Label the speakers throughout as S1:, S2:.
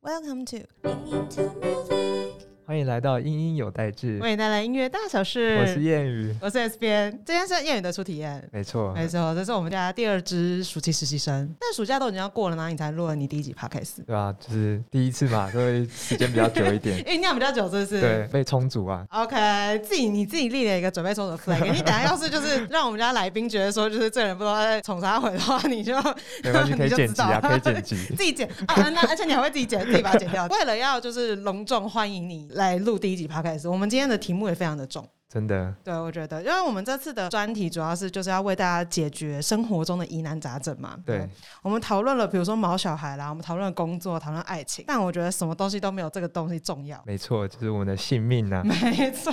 S1: Welcome to，
S2: 欢迎来到英英有代志，
S1: 为你带来音乐大小事。
S2: 我是谚语，
S1: 我是 S 边，今天是谚语的初体验。
S2: 没错，
S1: 没错，这是我们家第二支暑期实习生。但暑假都已经要过了呢，你才录了你第一集 podcast。
S2: 对啊，就是第一次嘛，所以时间比较久 一点，
S1: 酝酿比较久，是不是？
S2: 对，被充足啊。
S1: OK，自己你自己立了一个准备充的 flag，你等下要是就是让我们家来宾觉得说就是这人不知道在冲啥回的话，你就
S2: 没 关系，
S1: 你
S2: 可以
S1: 就
S2: 剪
S1: 知
S2: 辑
S1: 道
S2: 啊，可以
S1: 了
S2: 剪辑。
S1: 自己剪啊，啊那而且你还会自己剪，自己把它剪 掉。为了要就是隆重欢迎你来录第一集 podcast，我们今天的题目也非常的重。
S2: 真的，
S1: 对，我觉得，因为我们这次的专题主要是就是要为大家解决生活中的疑难杂症嘛。
S2: 对，
S1: 我们讨论了比如说毛小孩啦，我们讨论了工作，讨论爱情，但我觉得什么东西都没有这个东西重要。
S2: 没错，就是我们的性命啊，
S1: 没错，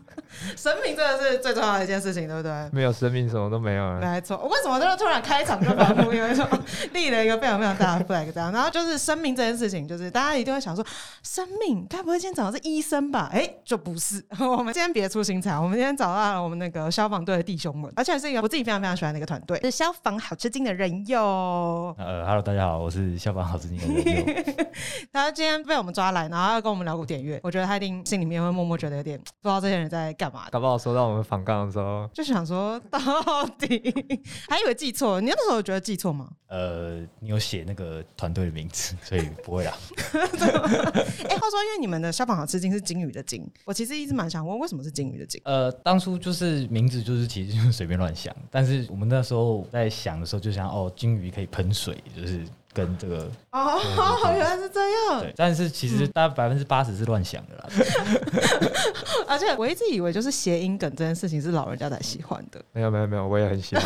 S1: 生命真的是最重要的一件事情，对不对？
S2: 没有生命什么都没有了。
S1: 没错，我为什么就是突然开场就反复，因为说 立了一个非常非常大的 flag 这样，然后就是生命这件事情，就是大家一定会想说，生命该不会今天找的是医生吧？哎、就不是， 我们今天别出心裁，我们今天找到了我们那个消防队的弟兄们，而且是一个我自己非常非常喜欢的一个团队，是消防好吃惊的人哟。
S3: 呃，Hello，大家好，我是消防好资金的人 佑
S1: 他今天被我们抓来，然后要跟我们聊古典乐，我觉得他一定心里面会默默觉得有点不知道这些人在干嘛的。
S2: 搞不好收到我们访杠的时候，
S1: 就想说到底， 还以为记错，你那时候有觉得记错吗？
S3: 呃，你有写那个团队的名字， 所以不会啦。
S1: 哎、话说，因为你们的消防好吃惊是金鱼的金，我其实一直蛮想问，为什么是金鱼的金？
S3: 呃，当初就是名字就是其实就是随便乱想，但是我们那时候在想的时候就想哦，金鱼可以喷水，就是跟这个
S1: 哦，原来是这样。
S3: 对，但是其实大概百分之八十是乱想的啦。
S1: 而且我一直以为就是谐音梗这件事情是老人家才喜欢的，
S2: 没有没有没有，我也很喜欢。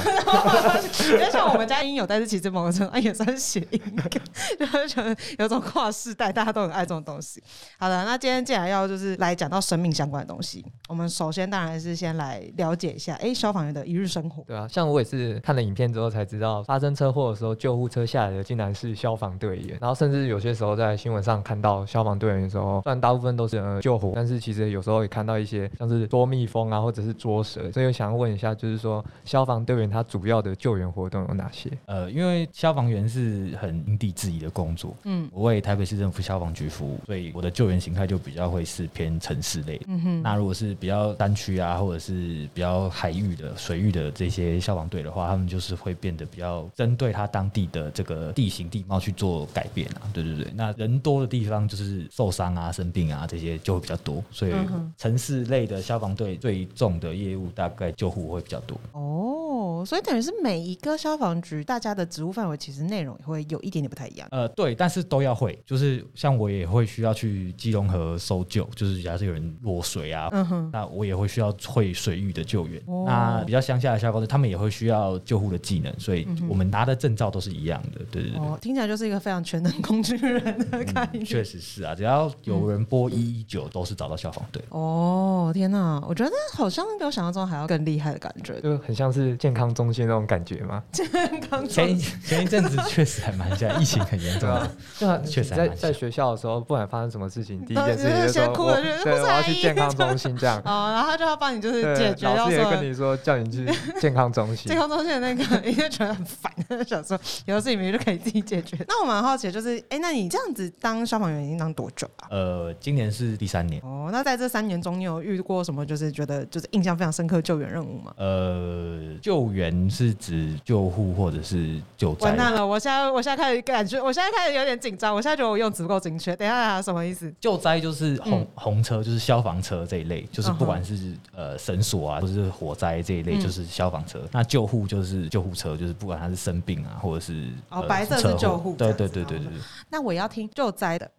S1: 因为像我们家音有，但是其实某个程度上啊也算是谐音梗，就是觉得有种跨世代，大家都很爱这种东西。好的，那今天既然要就是来讲到生命相关的东西，我们首先当然是先来了解一下，哎、消防员的一日生活。
S2: 对啊，像我也是看了影片之后才知道，发生车祸的时候，救护车下来的竟然是消防队员。然后甚至有些时候在新闻上看到消防队员的时候，虽然大部分都是呃救火，但是其实有时候也看到一些像是捉蜜蜂啊，或者是捉蛇。所以我想要问一下，就是说消防队员他主要的救援活动有哪些？
S3: 呃，因为消防员是很因地制宜的工作，
S1: 嗯
S3: 我为台北市政府消防局服务，所以我的救援形态就比较会是偏城市类的。
S1: 嗯哼，
S3: 那如果是比较山区啊，或者是比较海域的、水域的这些消防队的话，他们就是会变得比较针对他当地的这个地形地貌去做改变啊。对对对，那人多的地方就是受伤啊、生病啊这些就会比较多，所以
S1: 嗯哼
S3: 城市类的消防队最重的业务大概救护会比较多。
S1: 哦，所以等于是每一个消防局，大家的职务范围其实内容也会有一点点不太一样。
S3: 呃，对，但是都要会，就是像我也会需要去基隆河搜救，就是假设有人落水啊，
S1: 嗯哼，
S3: 那我也会需要会水域的救援。
S1: 哦
S3: 那比较乡下的消防队，他们也会需要救护的技能，所以我们拿的证照都是一样的。对对对。
S1: 嗯哦，听起来就是一个非常全能工具人的概
S3: 嗯
S1: 念。
S3: 确实是啊，只要有
S1: 嗯
S3: 人拨一一九，都是找到消防队。
S1: 哦，天哪，我觉得好像比我想象中还要更厉害的感觉。
S2: 就很像是健康中心那种感 觉嘛，哎
S3: 前一
S1: 嗯
S3: 前一阵子确实还蛮像，疫情很严重啊
S2: 对吧
S1: 啊
S2: 就很
S3: 的。？确实还
S2: 在
S3: 蛮
S2: 在
S3: 像
S2: 学校的时候，不管发生什么事情，第一
S1: 然后
S2: 件事
S1: 就
S2: 情
S1: 是
S2: 就是
S1: 先
S2: 说
S1: 哭
S2: 我
S1: 了就是
S2: 对
S1: 护士
S2: 我要去
S1: 阿姨
S2: 健康中心这样。
S1: 哦，然后他就要帮你就是
S2: 对
S1: 解决
S2: 老
S1: 掉所
S2: 师也
S1: 有
S2: 跟
S1: 的
S2: 你说叫你去健康中心
S1: 健。康中心的那个，因为觉得很烦，想说有的事情明明就可以自己解决。那我蛮好奇，的就是哎、那你这样子当消防员已经当多久啊？
S3: 呃，今年是第三年，
S1: 哦，那在这三年中，你有遇过什么就是觉得就是印象非常深刻的救援任务吗？
S3: 呃，救援是指救护或者是救灾
S1: 完。蛋了！我现在我现在开始感觉，我现在开始有点紧张，我现在觉得我用词不够精确。等一下，等一下什么意思？
S3: 救灾就是红、
S1: 嗯
S3: 红车，就是消防车这一类，就
S1: 嗯
S3: 是
S1: 哼
S3: 不管是、呃绳索啊，或者是火灾这一类，
S1: 嗯
S3: 就是消防车。那救护就是救护车，就是不管他是生病啊，或者是
S1: 哦白色是
S3: 车祸
S1: 救护这
S3: 对
S1: 样
S3: 对
S1: 子哦
S3: 对对对
S1: 那我也要听救灾的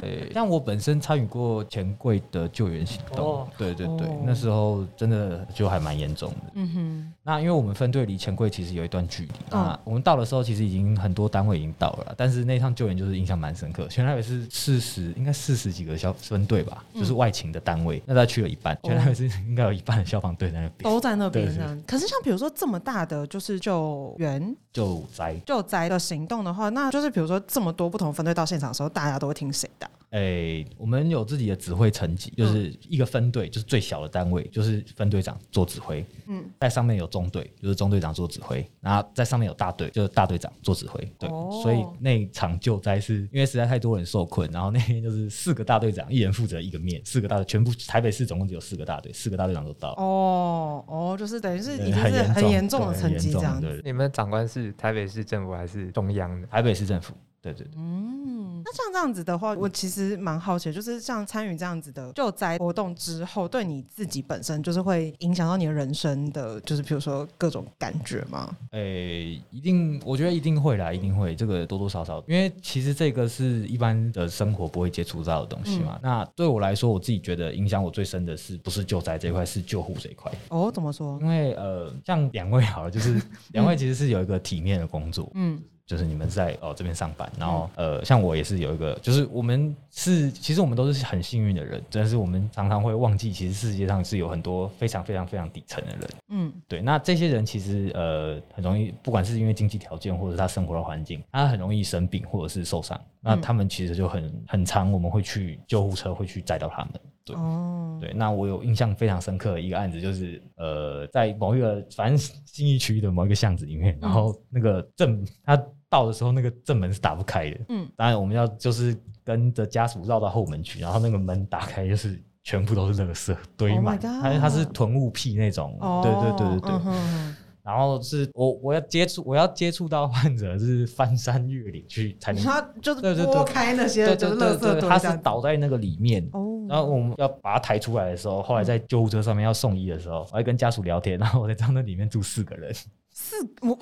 S3: 对。 对像我本身参与过钱柜的救援行动，
S2: 哦
S3: 对对对，
S1: 哦
S3: 那时候真的就还蛮严重的。
S1: 嗯哼，
S3: 那因为我们分队离钱柜其实有一段距离，
S1: 嗯
S3: 那我们到的时候其实已经很多单位已经到了啦，但是那趟救援就是印象蛮深刻，全台北是四十，应该四十几个消分队吧，
S1: 嗯
S3: 就是外勤的单位，那他去了一半，全台北是应该有一半的消防队在那边
S1: 都在那边
S3: 对对
S1: 呢。可是像比如说这么大的就是救援
S3: 救灾。
S1: 救灾的行动的话，那就是比如说这么多不同分队到现场的时候，大家都会听谁的？
S3: 诶、我们有自己的指挥层级，就是一个分队，就是最小的单位，就是分队长做指挥。嗯，在上面有中队，就是中队长做指挥，然后在上面有大队，就是大队长做指挥。对，
S1: 哦
S3: 所以那一场救灾是因为实在太多人受困，然后那天就是四个大队长，一人负责一个面，四个大队全部台北市总共只有四个大队，四个大队长都到。
S1: 哦哦，就是等于是
S3: 对
S1: 已经是很严重的
S3: 对
S1: 层
S3: 很
S1: 级
S3: 严
S1: 这
S3: 重
S1: 样子。
S3: 对，
S2: 你们的长官是台北市政府还是中央的？
S3: 台北市政府，对对对。
S1: 嗯，那像这样子的话，我其实蛮好奇，就是像参与这样子的救灾活动之后，对你自己本身就是会影响到你的人生的，就是比如说各种感觉吗？
S3: 诶、一定，我觉得一定会啦，一定会，这个多多少少，因为其实这个是一般的生活不会接触到的东西嘛。那对我来说，我自己觉得影响我最深的是不是救灾这一块，是救护这一块。
S1: 哦，怎么说？
S3: 因为呃，像两位好了，就是两位其实是有一个体面的工作，
S1: 嗯，
S3: 就是你们在哦这边上班，然后呃，像我也是有一个，就是我们是其实我们都是很幸运的人，但是我们常常会忘记，其实世界上是有很多非常非常非常底层的人。
S1: 嗯，
S3: 对，那这些人其实呃很容易，不管是因为经济条件或者是他生活的环境，他很容易生病或者是受伤。那
S1: 嗯
S3: 他们其实就很很常我们会去救护车会去载到他们。对
S1: 哦，
S3: 对，那我有印象非常深刻的一个案子，就是呃，在某一个反正信义区的某一个巷子里
S1: 嗯
S3: 面，然后那个正他到的时候，那个正门是打不开的。
S1: 嗯
S3: 嗯，当然我们要就是跟着家属绕到后门去，然后那个门打开就是。全部都是垃圾堆
S1: Oh my
S3: 满，它它是
S1: God
S3: 囤物癖那种，
S1: 哦，
S3: 对对对对对，
S1: 嗯哼哼
S3: 然后是我我要接触我要接触到患者是翻山越岭去 才能，
S1: 他就是
S3: 对对对
S1: 拨开那些
S3: 对
S1: 就是垃
S3: 对对
S1: 圾堆
S3: 对，
S1: 这
S3: 他
S1: 样
S3: 是
S1: 子。
S3: 倒在那个里面。然后
S1: 哦，嗯
S3: 我们要把他抬出来的时候，后来在救护车上面要送医的时候，我还跟家属聊天，然 后我才知道那里面住四 个人，
S1: 四我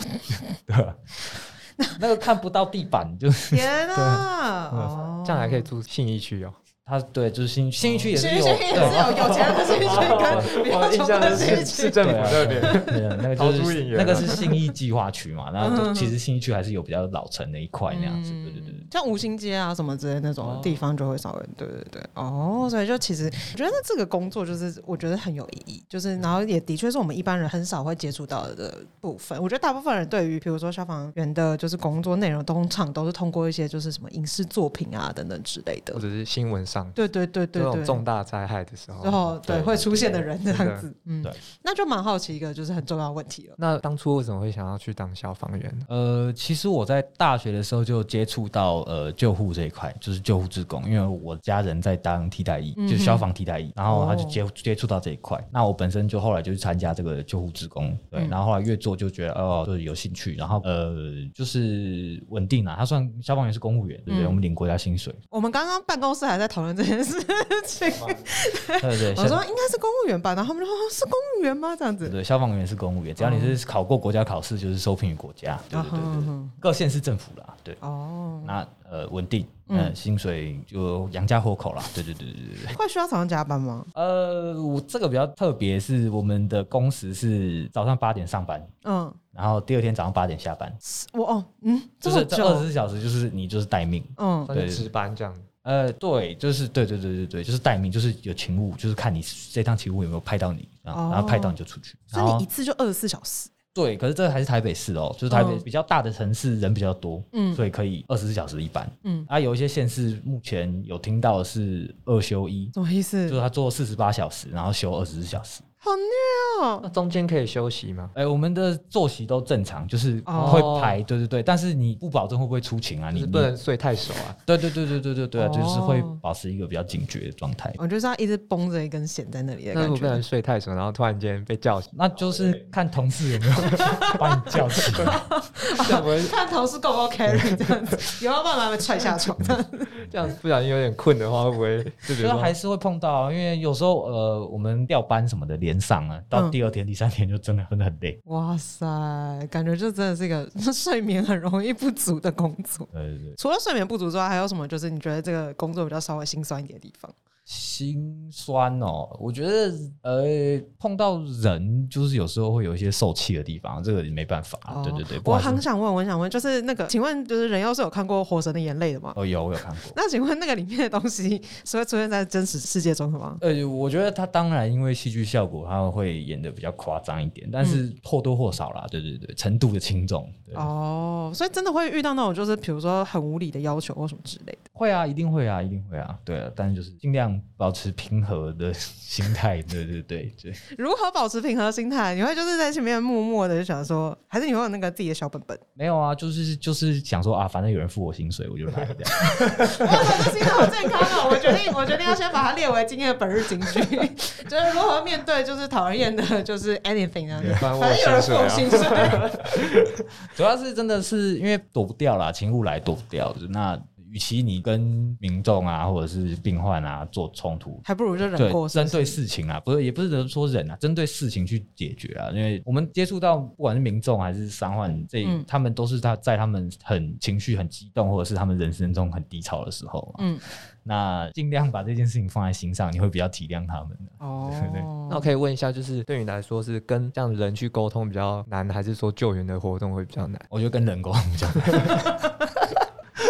S3: 对吧？那个看不到地板，就是
S1: 天啊！哦
S2: 这样还可以住信义区哦。
S3: 他对，就是新新义区也
S1: 新
S3: 是
S1: 一
S3: 有，
S1: 区也是有有钱人的新一区跟 比
S2: 我
S1: 较
S2: 印
S1: 穷
S2: 象的
S1: 新一
S2: 是
S1: 区
S2: 市，政府
S3: 对啊
S2: 那边，
S3: 对对那个
S2: 逃
S3: 就
S2: 出影
S3: 是
S2: 园
S3: 那个
S2: 了
S3: 是新义计划区嘛，然后就其实新义区还是有比较老城的一块那样子，
S1: 嗯
S3: 对对对。
S1: 像五星街啊什么之类那种
S3: 哦
S1: 地方就会少人，对对对。哦，所以就其实我觉得这个工作就是我觉得很有意义，就是然后也的确是我们一般人很少会接触到的部分。我觉得大部分人对于比如说消防员的就是工作内容，通常都是通过一些就是什么影视作品啊等等之类的
S2: 或。者是新闻上
S1: 对对 对
S2: 这
S1: 对哦
S2: 种
S1: 对，
S2: 重大灾害的时
S1: 之
S2: 候。
S1: 后对
S3: 哦对
S1: 会出现的人这
S2: 真的
S1: 样子，嗯
S3: 对，
S1: 那就蛮好奇一个就是很重要的问题了。
S2: 那当初为什么会想要去当消防员呢？
S3: 呃，其实我在大学的时候就接触到呃救护这一块，就是救护志工，因为我家人在当替代役，
S1: 嗯哼哦
S3: 就是消防替代役，然后他就接、接触到这一块。那我本身就后来就去参加这个救护志工，对，
S1: 嗯
S3: 然后后来越做就觉得哦，就是有兴趣，然后呃，就是稳定啦。他算消防员是公务员，对不
S1: 嗯
S3: 对？我们领国家薪水，
S1: 我们刚刚办公室还在讨论这件事 情，
S3: 对对对。
S1: 我
S3: 消
S1: 说应该是公务员吧，然后他们说哦是公务员吗？这样
S3: 对
S1: 子，
S3: 对，消防员是公务员，只要你是考过国家考试，就是受聘于国家。对
S1: 哦啊
S3: 对对
S1: 哈
S3: 对对
S1: 哈
S3: 各县市政府啦，对。
S1: 哦，
S3: 那呃稳定，
S1: 嗯
S3: 嗯，薪水就养家糊口啦。对对对对对对。
S1: 会需要早上加班吗？
S3: 呃，我这个比较特别，是我们的工时是早上八点上班，
S1: 嗯，
S3: 然后第二天早上八点下班，
S1: 我哦，嗯，这
S3: 就
S1: 么
S3: 是
S1: 久，
S3: 这二十四小时就是你就是待命。
S1: 嗯，
S2: 算是值班这样，
S3: 呃，对，就是对对对对对，就是待命，就是有勤务，就是看你这趟勤务有没有派到你，然后
S1: 哦
S3: 然后派到你就出去。
S1: 所
S3: 然
S1: 以
S3: 后
S1: 你一次就二十四小时，
S3: 对，可是这还是台北市哦，就是台北
S1: 嗯
S3: 比较大的城市人比较多，
S1: 嗯
S3: 所以可以二十四小时一班。
S1: 嗯
S3: 啊，有一些县市目前有听到的是二休一，
S1: 什么意
S3: 就
S1: 思
S3: 是？他做四十八小时，然后休二十四小时。
S1: 好虐
S2: 那
S1: 哦，
S2: 中间可以休息吗？
S3: 哎、我们的作息都正常，就是
S1: 哦
S3: 会排，对对对，但是你不保证会不会出勤啊，
S2: 就
S3: 你
S2: 是
S3: 你
S2: 不能睡太熟啊。
S3: 对对对对对对对啊，
S1: 哦
S3: 就是会保持一个比较警觉的状态。
S1: 我就是要一直绷着一根弦在那里的
S2: 那
S1: 感
S2: 如果不
S1: 觉
S2: 能。睡太熟，然后突然间被 叫醒，
S3: 那就是看同事有没有把你叫起来，
S2: 这样不会
S1: 看同事够不够 carry 这样子， 有没有办法把他们踹下床？
S2: 这样不小心有点困的话，会 不会就比如
S3: 觉得
S2: 说
S3: 还是会碰到啊，因为有时候呃，我们调班什么的连上啊，到
S1: 嗯
S3: 第二天、第三天就真的真的很累。
S1: 哇塞，感觉这真的是一个 睡眠很容易不足的工作。
S3: 对对对，
S1: 除了睡眠不足之外，还有什么就是你觉得这个工作比较稍微心酸一点的地方？
S3: 心酸哦，我觉得呃，碰到人就是有时候会有一些受气的地方，这个也没办法。
S1: 哦
S3: 啊对对对，不
S1: 我
S3: 好意思
S1: 很想问，我很想问，就是那个，请问就是人妖是有看过《火神的眼泪》的吗？
S3: 哦，有我有看过。
S1: 那请问那个里面的东西是会出现在真实世界中的吗？
S3: 呃，我觉得他当然因为戏剧效果，他会演的比较夸张一点，但是或多或少啦，对对对，程度的轻重，对，
S1: 嗯哦，所以真的会遇到那种就是比如说很无理的要求或什么之类的。
S3: 会啊，一定会啊，一定会啊，对啊，但是就是尽量保持平和的心态，对对对对，
S1: 如何保持平和心态？你会就是在前面默默的就想说，还是你会有那个自己的小本本？
S3: 没有啊，就是就是想说啊，反正有人付我薪水，我就来这样。
S1: 哇，这心态好健康哦！我决定，我决定要先把它列为今天的本日金句， 就是如何面对就是讨人厌的，就是 anything 啊，
S2: 反正
S1: 反正有人付我薪水。
S3: 啊 主要是真的是因为躲不掉啦，情物来躲不掉。那与其你跟民众啊，或者是病患啊做冲突，
S1: 还不如就忍
S3: 对
S1: 过，是
S3: 针
S1: 不是
S3: 对事情啊，不是也不是说人啊，针对事情去解决啊。因为我们接触到不管是民众还是伤患，这、
S1: 嗯
S3: 他们都是他在他们很情绪很激动，或者是他们人生中很低潮的时候嘛。
S1: 嗯，
S3: 那尽量把这件事情放在心上，你会比较体谅他们。
S1: 哦，
S2: 那我可以问一下，就是对你来说是跟这样人去沟通比较难，还是说救援的活动会比较难？
S3: 我觉得跟人沟通比较
S1: 或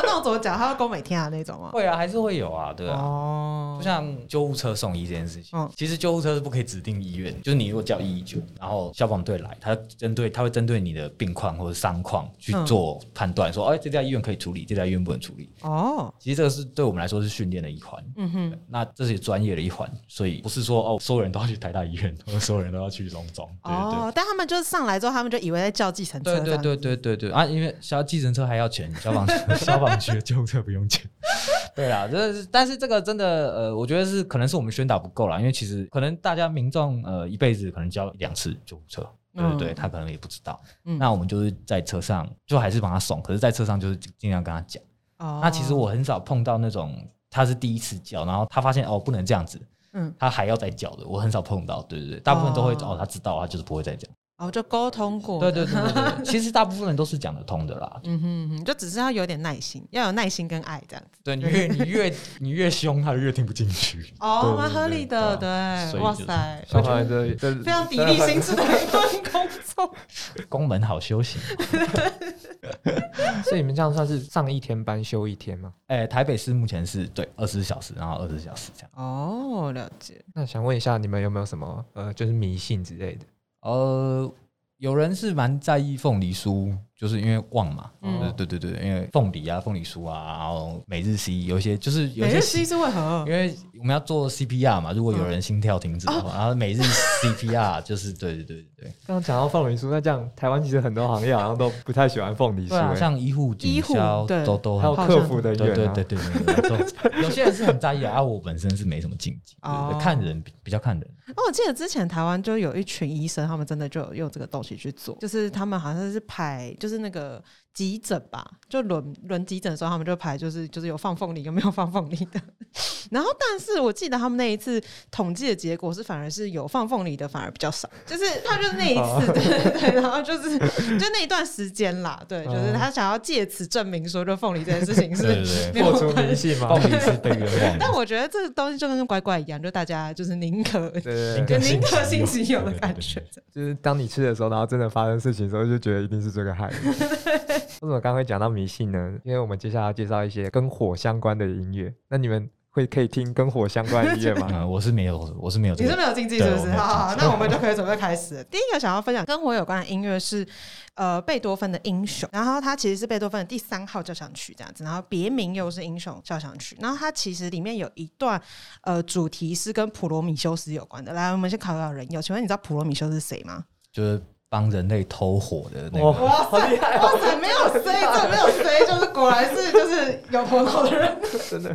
S1: 者那种怎么讲，他要勾每天啊那种吗？
S3: 会啊，还是会有啊，对啊。
S1: 哦
S3: 就，像救护车送医这件事情，
S1: 嗯
S3: 其实救护车是不可以指定医院，就是你如果叫一一九，然后消防队来，他针对他会针对你的病况或者伤况去
S1: 嗯
S3: 做判断，说，哎、这家医院可以处理，这家医院不能处理。
S1: 哦，
S3: 其实这个是对我们来说是训练的一环，
S1: 嗯哼，
S3: 那这是专业的一环，所以不是说哦，所有人都要去台大医院，或者所有人都要去荣总，对对对。
S1: 哦，但他们就是上来之后，他们就以为在叫计程车，
S3: 对对对，对对对啊！因为消计程车还要钱，消防 消防局的救护车不用钱。对啦，这是但是这个真的呃，我觉得是可能是我们宣导不够啦，因为其实可能大家民众呃一辈子可能交一两次救护车。对对对，
S1: 嗯
S3: 他可能也不知道。
S1: 嗯
S3: 那我们就是在车上，就还是帮他送，可是，在车上就是尽量跟他讲。
S1: 哦，
S3: 那其实我很少碰到那种他是第一次叫，然后他发现哦不能这样子，
S1: 嗯，
S3: 他还要再叫的，我很少碰到。对对对，大部分都会
S1: 哦
S3: 哦他知道，他就是不会再讲。
S1: 哦，就沟通过，
S3: 对对对对对， 其实大部分人都是讲得通的啦。
S1: 嗯哼嗯哼，就只是要有点耐心，要有耐心跟爱这样子。
S3: 对你 越你越你越凶，他越听不进 去。
S1: 哦，
S3: 对
S1: 蛮合理的，
S3: 对
S1: 对，
S3: 所以
S1: 哇
S3: 就是
S1: 塞，
S2: 消防这这
S1: 非常砥砺心智的一份工作。
S3: 宫门好修行。
S2: 所以你们这样算是上一天班休一天吗？
S3: 哎、台北市目前是对二十小时，然后二十小时这样。
S1: 哦，了解。
S2: 那想问一下，你们有没有什么呃，就是迷信之类的？
S3: 呃，有人是蛮在意凤梨酥，就是因为旺嘛。
S1: 嗯
S3: 嗯，对对对，因为凤梨啊、凤梨酥啊，然后每日 C 有一些就是有
S1: 每
S3: 一
S1: 日
S3: 些
S1: C 是为何
S3: 因？为我们要做 CPR
S1: 哦
S3: 嘛，如果有人心跳停止的话，然后每日 CPR 就是对对对对对。
S2: 刚刚讲到凤梨酥，那这样台湾其实很多行业好像都不太喜欢凤梨酥、
S3: 对啊，
S2: 欸
S3: 像医护、
S1: 医
S3: 警
S1: 护
S3: 消
S1: 对
S3: 都都
S2: 还有
S3: 很
S2: 客服的
S3: 对
S2: 员、
S3: 对
S2: 啊，
S3: 对对对对，都有些人是很在意啊，啊我本身是没什么禁忌，对对
S1: 哦
S3: 对看人比比较看人。
S1: 哦，我记得之前台湾就有一群医生，他们真的就有用这个东西去做，就是他们好像是排，就是那个急诊吧，就轮轮急诊的时候，他们就排，就是就是有放凤梨，有没有放凤梨的。 然后，但是我记得他们那一次统计的结果是，反而是有放凤梨的反而比较少，就是他就是那一
S3: 哦
S1: 次，对对，然后就是就那一段时间啦，对，就是他想要借此证明说，就凤梨这件事情
S3: 哦对
S1: 是。没
S3: 对对，
S1: 有
S2: 破除迷信嘛
S3: 凤。梨是被冤枉
S1: 但
S3: 的。
S1: 我觉得这个东西就跟乖乖一样，就大家就是宁可
S2: 对对对
S3: 应
S1: 就
S3: 该
S1: 宁可信
S3: 信
S1: 其
S3: 其
S1: 有
S3: 有
S1: 的
S3: 的
S1: 感
S3: 感
S1: 觉
S3: 觉。
S2: 就是当你吃的时候，然后真的发生事情的时候，就觉得一定是这个害的。 为什么刚刚会讲到迷信呢？因为我们接下来要介绍一些跟火相关的音乐。那你们会可以听跟火相关的音乐吗？
S3: 嗯，我是没有，我是没有这
S1: 你是
S3: 个。
S1: 没有禁忌
S3: 对
S1: 是不
S3: 我
S1: 是？
S3: 没有
S1: 好好，好
S3: 禁忌
S1: 那我们就可以准备开始了。第一个想要分享跟我有关的音乐是，呃，贝多芬的《英雄》，然后它其实是贝多芬的第三号交响曲这样子，然后别名又是《英雄交响曲》，然后它其实里面有一段呃主题是跟普罗米修斯有关的。来，我们先考考人友，请问你知道普罗米修斯是谁吗？
S3: 就是帮人类偷火的那
S2: 哇
S3: 个。
S1: 哇塞，哇塞，没有 C，这没有 C，就是果然是就是有头脑的人。
S2: 真的，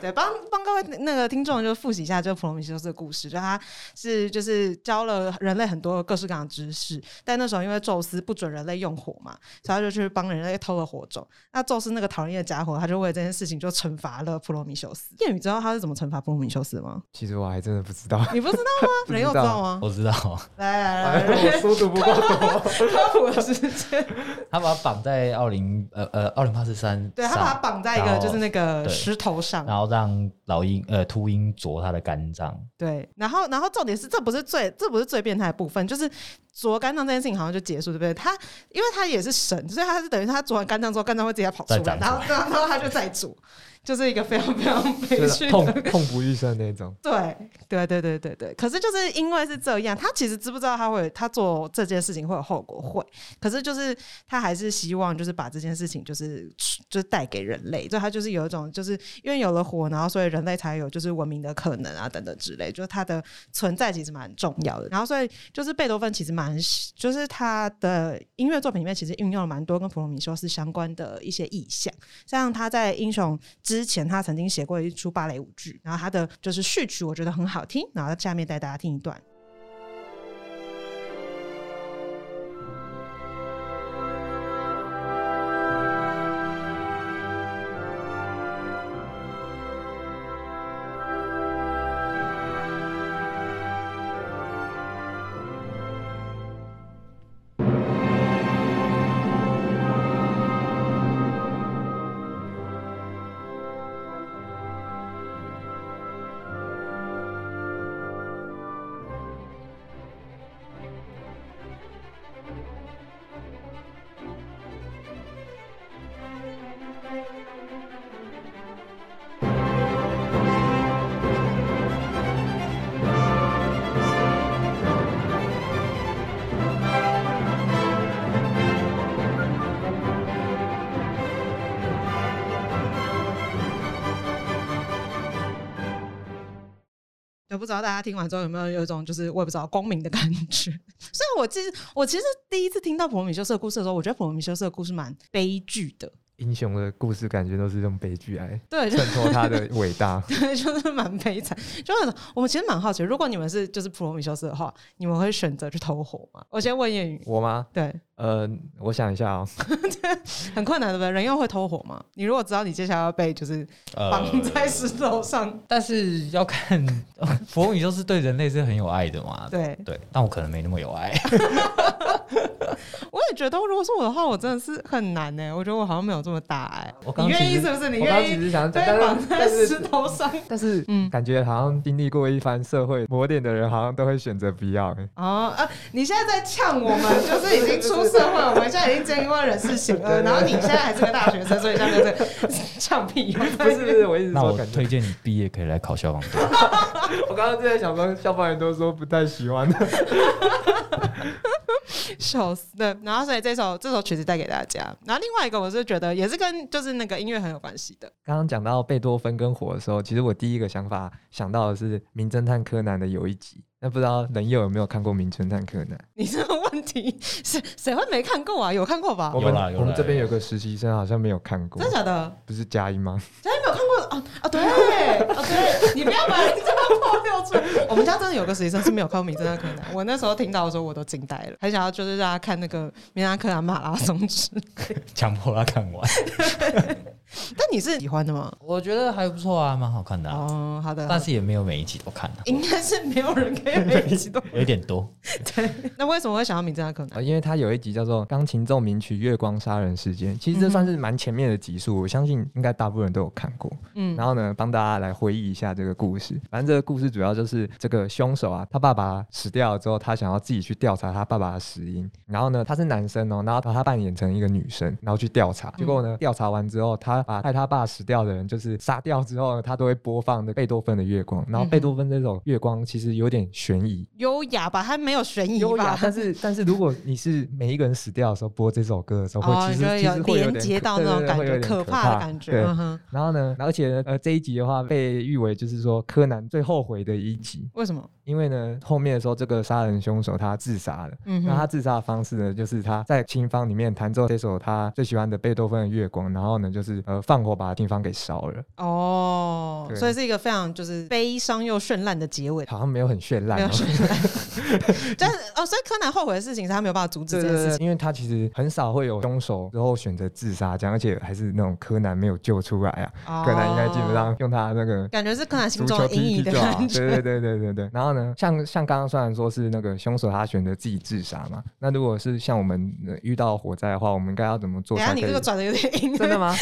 S1: 对，帮帮各位那个听众就复习一下，就普罗米修斯的故事，就他是就是教了人类很多各式各样的知识，但那时候因为宙斯不准人类用火嘛，所以他就去帮人类偷了火种。那宙斯那个讨人厌的家伙，他就为了这件事情就惩罚了普罗米修斯。谚语知道他是怎么惩罚普罗米修斯吗？
S2: 其实我还真的不知 道。
S1: 你不知道吗？
S2: 不知道
S1: 人有知道吗？
S3: 我知道，
S1: 来来来来，
S2: 我书读不够多，
S1: 科普的时间，
S3: 他把它绑在奥林呃呃奥林帕斯山上，
S1: 对他把他绑在一个
S3: 然后
S1: 就是那个
S3: 对
S1: 石头上。
S3: 然后让老鹰呃秃鹰啄它的肝脏，
S1: 对，然后然后重点是，这不是最这不是最变态的部分，就是啄肝脏这件事情好像就结束，对不对？他因为他也是神，所以他是等于他啄完肝脏之后，肝脏会直接跑出
S3: 再
S1: 来，
S3: 长出
S1: 然后然后然后他就再煮，就是一个非常非常悲
S2: 就
S1: 剧
S2: 是
S1: 的
S2: 痛痛不欲生那种。
S1: 对对对对对对，可是就是因为是这样，他其实知不知道他会他做这件事情会有后果会，可是就是他还是希望就是把这件事情就是就是带给人类，就他就是有一种就是因为有了火，然后所以人类才有就是文明的可能啊等等之类，就是它的存在其实蛮重要的。然后所以就是贝多芬其实蛮就是他的音乐作品里面其实运用了蛮多跟普罗米修斯相关的一些意象。像他在《英雄》之前，他曾经写过一出芭蕾舞剧，然后他的就是序曲，我觉得很好听，然后下面带大家听一段。就不知道大家听完之后有没有有一种就是我也不知道光明的感觉。 所以我其实我其实第一次听到普罗米修斯的故事的时候，我觉得普罗米修斯的故事蛮悲剧的，
S2: 英雄的故事感觉都是这种悲 剧来
S1: 对，就。
S2: 衬托他的伟大
S1: 对，就是蛮悲惨。就是我们其实蛮好奇，如果你们是就是普罗米修斯的话，你们会选择去投火吗？我先问谚语，
S2: 我吗？
S1: 对，
S2: 呃，我想一下哦，
S1: 很困难对不对？人又会偷火吗？你如果知道你接下来要被就是
S3: 呃
S1: 绑在石头上，
S3: 但是要看佛罗米修斯对人类是很有爱的嘛，
S1: 对，
S3: 对，但我可能没那么有爱。
S1: 我也觉得，如果是我的话，我真的是很难呢、我觉得我好像没有这么大爱、
S3: 我刚
S1: 你
S3: 刚
S1: 愿意
S3: 其实
S1: 是不是？你
S2: 我刚
S1: 愿
S2: 刚其
S1: 意
S2: 实想讲，
S1: 被
S2: 但
S1: 绑
S2: 是
S1: 在
S2: 但
S1: 石
S2: 是
S1: 头上？
S2: 但是，
S1: 嗯
S2: 感觉好像经历过一番社会磨练的人，好像都会选择不要、欸。
S1: 哦，啊！你现在在呛我们，就是已经出社会，我们现在已经经历过人事 险恶，然后你现在还是个大学生，所以现在就是呛屁 用。
S2: 不是不是，我一直
S3: 那
S2: 说
S3: 我
S2: 感觉
S3: 推，荐你毕业可以来考消防队。
S2: 我刚刚正在想说，消防员都说不太喜欢
S1: 笑死！对，然后所以这首这首曲子带给大家，然后另外一个我是觉得也是跟就是那个音乐很有关系的，
S2: 刚刚讲到贝多芬跟火的时候，其实我第一个想法想到的是《名侦探柯南》的有一集。那不知道人佑有没有看过《名侦探柯南》？
S1: 你这个问题谁谁会没看过啊？有看过吧
S2: 我？
S3: 有啦
S2: 们
S3: 有
S2: 我们
S3: 啦
S2: 这边
S3: 有
S2: 有个实习生好像没有看过
S1: 真，的假的？
S2: 不是佳音吗？
S1: 真的没有看过哦哦，对哦对，你不要把人家爆料出来。我们家真的有个实习生是没有看过《名侦探柯南》，啊我那时候听到的时候我都惊呆了，还想要就是让他看那个《名侦探柯南》马拉松之类。
S3: 强迫他看完，
S1: 但你是喜欢的吗？
S3: 我觉得还不错啊，蛮好看的、啊，
S1: 哦，好的，好
S3: 但
S1: 的
S3: 是也没有每一集都看、啊，
S1: 应 该是没有人可以每一集都
S3: 有一点多。
S1: 那为什么会想要《名侦探柯南
S2: 啊，因为它有一集叫做《钢琴奏鸣曲月光杀人事件》，其实这算是蛮前面的集数，我相信应该大部分人都有看过。
S1: 嗯
S2: 然后呢，帮大家来回忆一下这个故事。反正这个故事主要就是这个凶手啊，他爸爸死掉了之后，他想要自己去调查他爸爸的死因。然后呢，他是男生哦，然后把他扮演成一个女生，然后去调查。结果呢，调查完之后，他把害他爸死掉的人就是杀掉之后呢，他都会播放的贝多芬的《月光》，然后贝多芬这首《月光》其实有点悬疑，
S1: 优雅吧，他没有悬疑
S2: 优雅
S1: 吧，？
S2: 但是但是如果你是每一个人死掉的时候播这首歌的时候，
S1: 哦，
S2: 会其
S1: 你
S2: 实
S1: 就会
S2: 其实
S1: 有
S2: 会有
S1: 连
S2: 点
S1: 接
S2: 可
S1: 到
S2: 对
S1: 那种
S2: 对
S1: 感
S2: 会有
S1: 觉
S2: 点
S1: 可
S2: 可
S1: 怕的感觉。
S2: 对
S1: 嗯哼，
S2: 然后呢，而且呢，呃，这一集的话被誉为就是说柯南最后悔的一集，
S1: 为什么？
S2: 因为呢后面的时候这个杀人凶手他自杀了。
S1: 嗯
S2: 那他
S1: 哼，
S2: 自杀的方式呢，就是他在琴房里面弹奏这首他最喜欢的贝多芬的《月光》，然后呢，就是呃放火把琴房给烧了，
S1: 哦，
S2: 对
S1: 所以是一个非常就是悲伤又绚烂的结尾。
S2: 好像没有很绚烂、
S1: 没 有
S2: 哦。
S1: 选来。但是哦，所以柯南后悔的事情是他没有办法阻止
S2: 对
S1: 这件
S2: 对
S1: 事
S2: 对，
S1: 情。
S2: 因为他其实很少会有凶手之后选择自杀这样，而且还是那种柯南没有救出来啊，柯南应该基本上用他那个
S1: 感觉是柯南心
S2: 足
S1: 中
S2: 球
S1: 的哦阴
S2: 踢
S1: 影
S2: 踢
S1: 的
S2: 就好。
S1: 感觉。
S2: 对对对对对对。然后呢，像像刚刚虽然说是那个凶手他选择自己自杀嘛，那如果是像我们呃遇到火灾的话，我们应该要怎么 做
S1: 等一下
S2: 才
S1: 你
S2: 可
S1: 这
S2: 以
S1: 个？转的有点阴，
S2: 真的吗？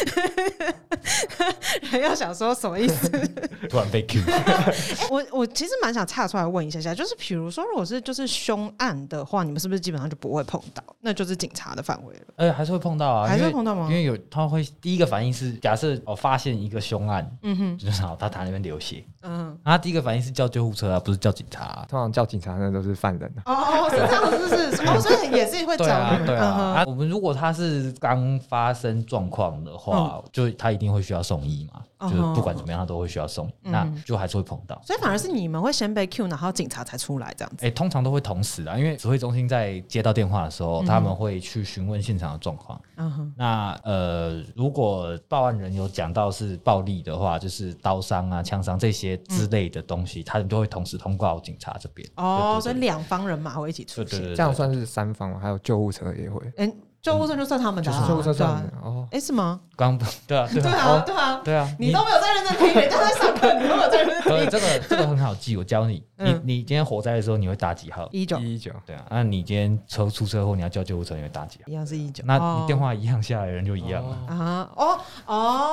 S1: 人要想说什么意思？
S3: 突然被 Q，
S1: 欸我我其实蛮想岔出来问一下下，就是比如说，如果是就是凶案的话，你们是不是基本上就不会碰到？那就是警察的范围了。
S3: 呃，还是会碰到啊，
S1: 还是
S3: 因
S1: 会
S3: 为
S1: 碰到吗
S3: 因为有他会第一个反应是，假设我、哦发现一个凶案，
S1: 嗯哼，
S3: 就是好，他躺在那边流血，
S1: 嗯，
S3: 他第一个反应是叫救护车啊，不是叫警察啊、
S2: 通常叫警察那都是犯人啊。
S1: 哦哦，是这样子，是不是？哦，所以也是会找
S3: 对啊，
S1: 你们
S3: 对啊。
S1: 嗯哼
S3: 啊，我们如果他是刚发生状况的话，就他一定会需要送医嘛，
S1: 嗯
S3: 就是不管怎么样，他都会需要送，那就还是会碰到。
S1: 所以反而是你们会先被 Q，然后警察才出来这样子。
S3: 哎、通常都会同时啊，因为指挥中心在接到电话的时候，他们会去询问现场的状况。
S1: 嗯哼，
S3: 那呃，如果报案人有讲到是暴力的话，就是刀伤啊、枪伤这些之类的东西，他们都会同时通告警察这边。
S1: 哦，所
S3: 对
S1: 以
S3: 对
S1: 两方人马会一起出
S3: 对对
S1: 现。
S3: 对，
S2: 这样算是三方吗？还有救护车也会，
S1: 嗯，救护车就算他们的啊，
S2: 救护车
S1: 对
S2: 算
S1: 啊。
S2: 哦。
S1: 哎，是吗？
S3: 刚对啊，对
S1: 对
S3: 啊，
S1: 啊，
S3: 哦
S1: 对啊，
S3: 对啊，
S1: 你都没有在认真听，人家在上课，你都没有在认真
S3: 对，
S1: 听。
S3: 这个这个很好记，我教你。你
S1: 嗯
S3: 你今天火灾的时候，你会打几号？
S1: 一九
S2: 一一九，
S3: 对啊，那你今天车出车祸，你要叫救护车，你会打几号？
S1: 一样是一九，
S3: 那你电
S1: 话。
S3: 话一样下来，人就一样了。
S2: 哦
S1: 啊，哦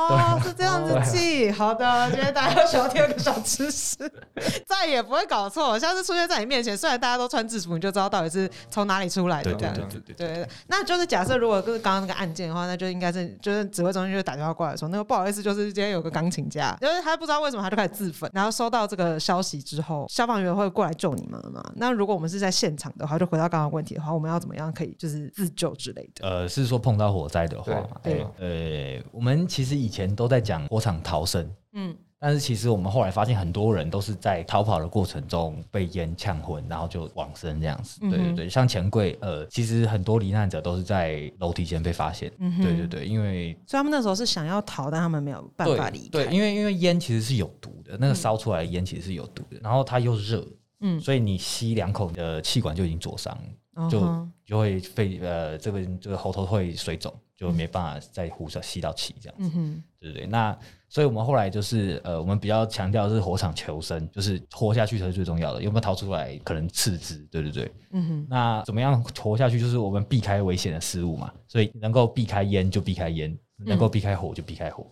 S3: 啊
S1: 哦，是这样子记，好的，今天大家要学到第二个小知识， 再也不会搞错。下次出现在你面前，虽然大家都穿制服，你就知道到底是从哪里出来的
S3: 对
S1: 这
S3: 对
S1: 样
S3: 对
S1: 子。
S3: 对对
S1: 对对对，那就是假设如果就是刚刚那个案件的话，那就应该是就是指挥中心就打电话过来说，那个不好意思，就是今天有个钢琴家，就是他不知道为什么他就开始自焚，然后收到这个消息之后，消防员会过来救你们了嘛？那如果我们是在现场的话，就回到刚刚的问题的话，我们要怎么样可以就是自救之类的？
S3: 呃，是说碰到火灾的话嘛？
S1: 对
S3: 对，呃，我们其实以前都在讲火场逃生，
S1: 嗯，
S3: 但是其实我们后来发现，很多人都是在逃跑的过程中被烟呛昏，然后就往生这样子。对
S1: 嗯
S3: 对
S1: 哼
S3: 对，像钱柜，呃，其实很多罹难者都是在楼梯间被发现。
S1: 嗯哼
S3: 对对对，因为
S1: 所以他们那时候是想要逃，但他们没有办法离开。
S3: 对，对，因为因为烟其实是有毒的，那个烧出来的烟其实是有毒的，然后它又热，
S1: 嗯
S3: 所以你吸两口，你的气管就已经灼伤，
S1: 嗯
S3: 就、
S1: 哼
S3: 就会肺呃这个这个喉头会水肿，就没办法再呼上吸到气这样子，
S1: 嗯哼，
S3: 对不对？那所以我们后来就是呃，我们比较强调的是火场求生，就是活下去才是最重要的，有没有逃出来可能次之，对对对。
S1: 嗯哼，
S3: 那怎么样活下去？就是我们避开危险的事物嘛，所以能够避开烟就避开烟，能
S1: 嗯
S3: 够避开火就避开火。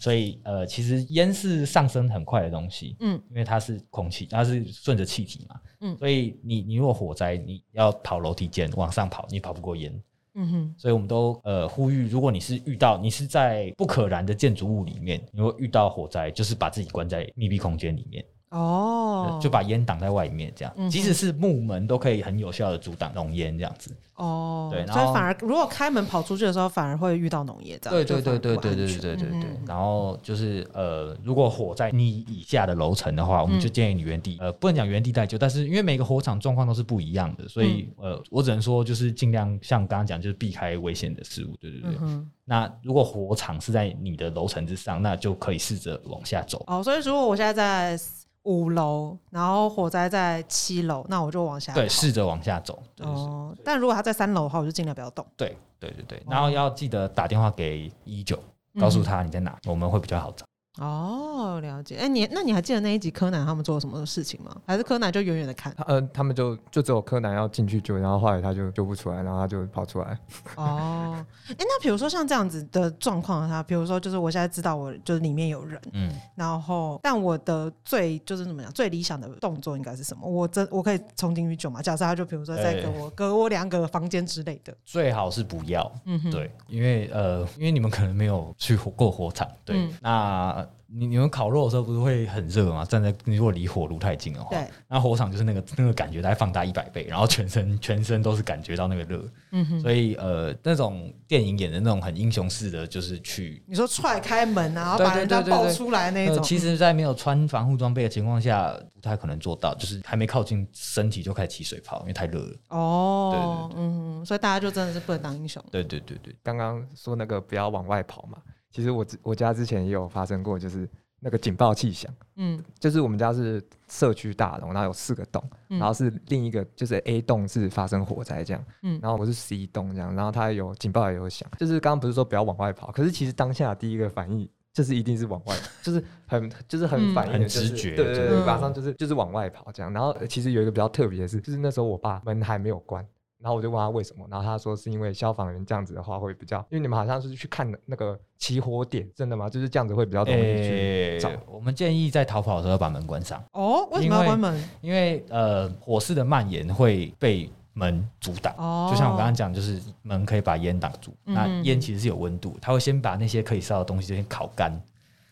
S3: 所以呃，其实烟是上升很快的东西，
S1: 嗯，
S3: 因为它是空气，它是顺着气体嘛，
S1: 嗯
S3: 所以你你如果火灾，你要跑楼梯间往上跑，你跑不过烟。
S1: 嗯哼，
S3: 所以我们都呃呼吁，如果你是遇到你是在不可燃的建筑物里面，你会遇到火灾，就是把自己关在密闭空间里面。
S1: 哦，
S3: 就把烟挡在外面，这
S1: 嗯
S3: 样，
S1: 哼
S3: 即使是木门都可以很有效的阻挡浓烟，这样子。
S1: 哦，
S3: 对然
S1: 所以
S3: 后
S1: 反而如果开门跑出去的时候，反而会遇到农业这样，
S3: 对对对对对对对对
S1: 嗯
S3: 对对。然后就是呃，如果火在你以下的楼层的话，我们就建议你原
S1: 嗯
S3: 地、呃，不能讲原地待救，但是因为每个火场状况都是不一样的，所以、
S1: 嗯
S3: 呃，我只能说就是尽量像刚刚讲，就是避开危险的事物。对对对。
S1: 嗯哼，
S3: 那如果火场是在你的楼层之上，那就可以试着往下走。
S1: 哦，所以如果我现在在五楼，然后火灾在七楼，那我就往下
S3: 对，
S1: 跑
S3: 试着往下走。对对对
S1: 哦，但如果它在三楼的话，我就尽量不要动。
S3: 对对对
S1: 哦
S3: 对，然后要记得打电话给一九，
S1: 嗯
S3: 告诉他你在哪，我们会比较好找。
S1: 哦，了解。哎、你那你还记得那一集柯南他们做了什么事情吗？还是柯南就远远的看？
S2: 他呃，他们就就只有柯南要进去救，然后后来他就救不出来，然后他就跑出来。
S1: 哦，哎、那比如说像这样子的状况的话，比如说就是我现在知道我就是里面有人，
S3: 嗯，
S1: 然后，但我的最就是怎么讲，最理想的动作应该是什么？我真我可以从进去救嘛？假设他就比如说再给
S3: 哎
S1: 我隔我两个房间之类的，
S3: 最好是不要。
S1: 嗯哼，
S3: 对，因为呃，因为你们可能没有去火过火场，对，
S1: 嗯
S3: 那你你们烤肉的时候不是会很热吗？站在你如果离火炉太近的话，
S1: 对，
S3: 那火场就是那个那个感觉，大概放大一百倍，然后全身全身都是感觉到那个热，
S1: 嗯哼。
S3: 所以呃，那种电影演的那种很英雄式的，就是去
S1: 你说踹开门啊，然后
S3: 对
S1: 把
S3: 对
S1: 人家
S3: 对对
S1: 抱
S3: 对
S1: 出来那一
S3: 呃，
S1: 种，
S3: 其实，在没有穿防护装备的情况下，不太可能做到，就是还没靠近身体就开始起水泡，因为太热了。
S1: 哦，嗯哼，所以大家就真的是不能当英雄。
S3: 对对对对，
S2: 刚刚说那个不要往外跑嘛，其实我之我家之前也有发生过，就是那个警报器响，
S1: 嗯
S2: 就是我们家是社区大楼，然后有四个栋，
S1: 嗯
S2: 然后是另一个就是 A 栋是发生火灾这样，
S1: 嗯
S2: 然后我是 C 栋这样，然后它有警报也有响，就是刚刚不是说不要往外跑，可是其实当下第一个反应。就是一定是往 外，就是很就是很
S1: 嗯
S2: 反应的、就
S3: 很
S2: 是
S3: 直觉
S2: 对对对，
S1: 嗯
S2: 马上就是就是往外跑这样。然后呃其实有一个比较特别的是，就是那时候我爸门还没有关，然后我就问他为什么，然后他说是因为消防员这样子的话会比较，因为你们好像是去看那个起火点，真的吗？就是这样子会比较容易去。
S3: 诶
S2: 找
S3: 呃我们建议在逃跑的时候要把门关上，
S1: 哦，为什么要关门？
S3: 因为呃，火势的蔓延会被门阻挡。
S1: 哦，
S3: 就像我刚刚讲，就是门可以把烟挡住，那
S1: 嗯
S3: 烟其实是有温度，它会先把那些可以烧的东西先烤干，